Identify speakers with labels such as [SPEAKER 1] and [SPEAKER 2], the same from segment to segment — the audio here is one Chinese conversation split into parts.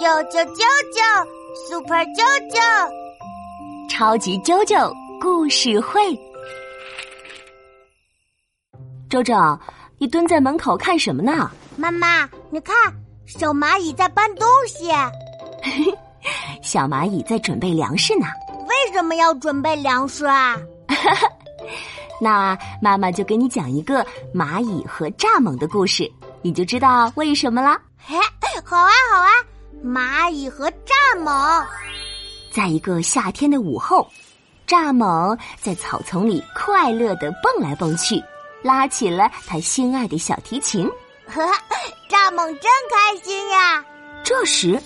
[SPEAKER 1] 啾啾啾啾，Super 啾啾，
[SPEAKER 2] 超级啾啾故事会。周周，你蹲在门口看什么呢？
[SPEAKER 1] 妈妈，你看，小蚂蚁在搬东西，
[SPEAKER 2] 小蚂蚁在准备粮食呢。
[SPEAKER 1] 为什么要准备粮食啊？
[SPEAKER 2] 那妈妈就给你讲一个蚂蚁和蚱蜢的故事，你就知道为什么啦。
[SPEAKER 1] 嘿，好啊好啊，蚂蚁和蚱蜢，
[SPEAKER 2] 在一个夏天的午后，蚱蜢在草丛里快乐地蹦来蹦去，拉起了他心爱的小提琴。
[SPEAKER 1] 呵呵蚱蜢真开心呀、
[SPEAKER 2] 这时，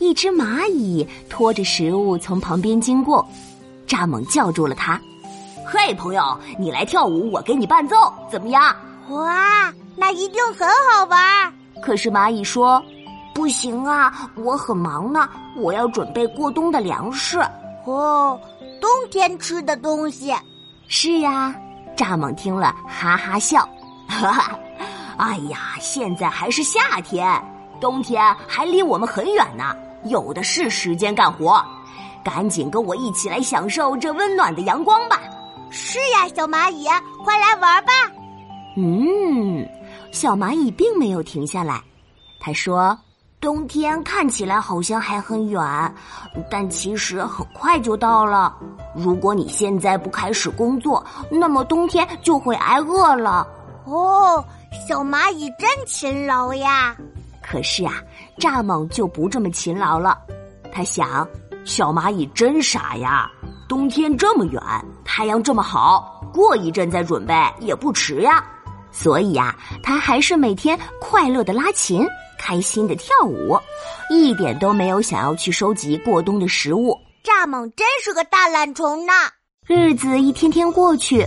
[SPEAKER 2] 一只蚂蚁拖着食物从旁边经过，蚱蜢叫住了它：“嘿，朋友，你来跳舞，我给你伴奏，怎么样
[SPEAKER 1] 哇，那一定很好玩儿。？”
[SPEAKER 2] 可是蚂蚁说：“不行啊，我很忙呢，我要准备过冬的粮食。
[SPEAKER 1] 哦，冬天吃的东西，”
[SPEAKER 2] 是呀，蚱蜢听了哈哈笑：“ 哈哈，哎呀，现在还是夏天，冬天还离我们很远呢，有的是时间干活。赶紧跟我一起来享受这温暖的阳光吧！
[SPEAKER 1] 是呀，小蚂蚁，啊快来玩吧！
[SPEAKER 2] 嗯，小蚂蚁并没有停下来。他说：“冬天看起来好像还很远，但其实很快就到了。如果你现在不开始工作，那么冬天就会挨饿了。
[SPEAKER 1] 哦，小蚂蚁真勤劳呀！”
[SPEAKER 2] 可是啊，蚱蜢就不这么勤劳了。他想：“小蚂蚁真傻呀，冬天这么远，太阳这么好，过一阵再准备也不迟呀。”所以呀、他还是每天快乐的拉琴，开心的跳舞，一点都没有想要去收集过冬的食物。
[SPEAKER 1] 蚱蜢真是个大懒虫呢。
[SPEAKER 2] 日子一天天过去，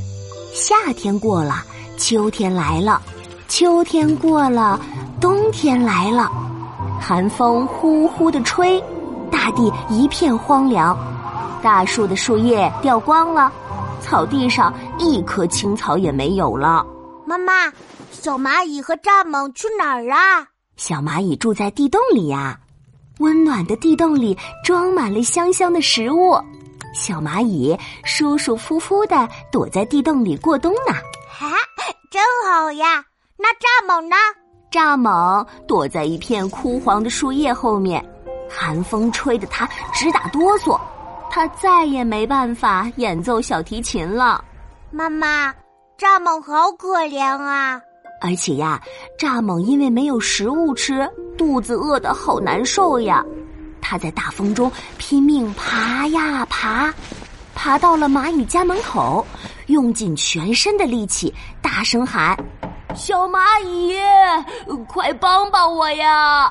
[SPEAKER 2] 夏天过了，秋天来了，秋天过了，冬天来了，寒风呼呼的吹，大地一片荒凉，大树的树叶掉光了，草地上一棵青草也没有了。
[SPEAKER 1] 妈妈，小蚂蚁和蚱蜢去哪儿啊？
[SPEAKER 2] 小蚂蚁住在地洞里呀、温暖的地洞里装满了香香的食物，小蚂蚁舒舒服服的躲在地洞里过冬呢。
[SPEAKER 1] 哈、真好呀！那蚱蜢呢？
[SPEAKER 2] 蚱蜢躲在一片枯黄的树叶后面，寒风吹得它直打哆嗦，它再也没办法演奏小提琴了。
[SPEAKER 1] 妈妈，蚱蜢好可怜啊！
[SPEAKER 2] 而且呀，蚱蜢因为没有食物吃，肚子饿得好难受呀。它在大风中拼命爬呀爬，爬到了蚂蚁家门口，用尽全身的力气大声喊：“小蚂蚁，快帮帮我呀！”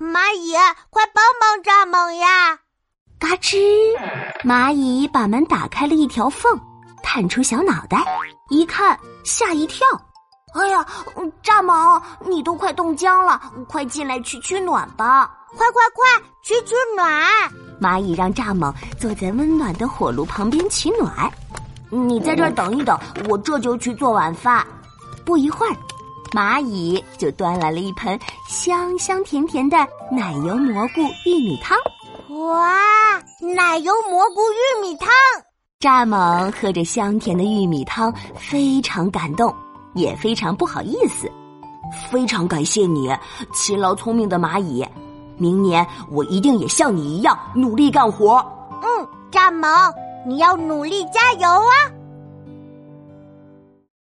[SPEAKER 1] 蚂蚁，快帮帮蚱蜢呀！
[SPEAKER 2] 嘎吱，蚂蚁把门打开了一条缝，探出小脑袋，一看吓一跳。哎呀，蚱蜢，你都快冻僵了，快进来取取暖吧！
[SPEAKER 1] 快快快，取取暖！
[SPEAKER 2] 蚂蚁让蚱蜢坐在温暖的火炉旁边取暖。你在这儿等一等，我这就去做晚饭。不一会儿，蚂蚁就端来了一盆香香甜甜的奶油蘑菇玉米汤。
[SPEAKER 1] 哇，奶油蘑菇玉米汤！
[SPEAKER 2] 蚱蜢喝着香甜的玉米汤，非常感动，也非常不好意思。非常感谢你，勤劳聪明的蚂蚁。明年我一定也像你一样努力干活。
[SPEAKER 1] 嗯，蚱蜢，你要努力加油啊！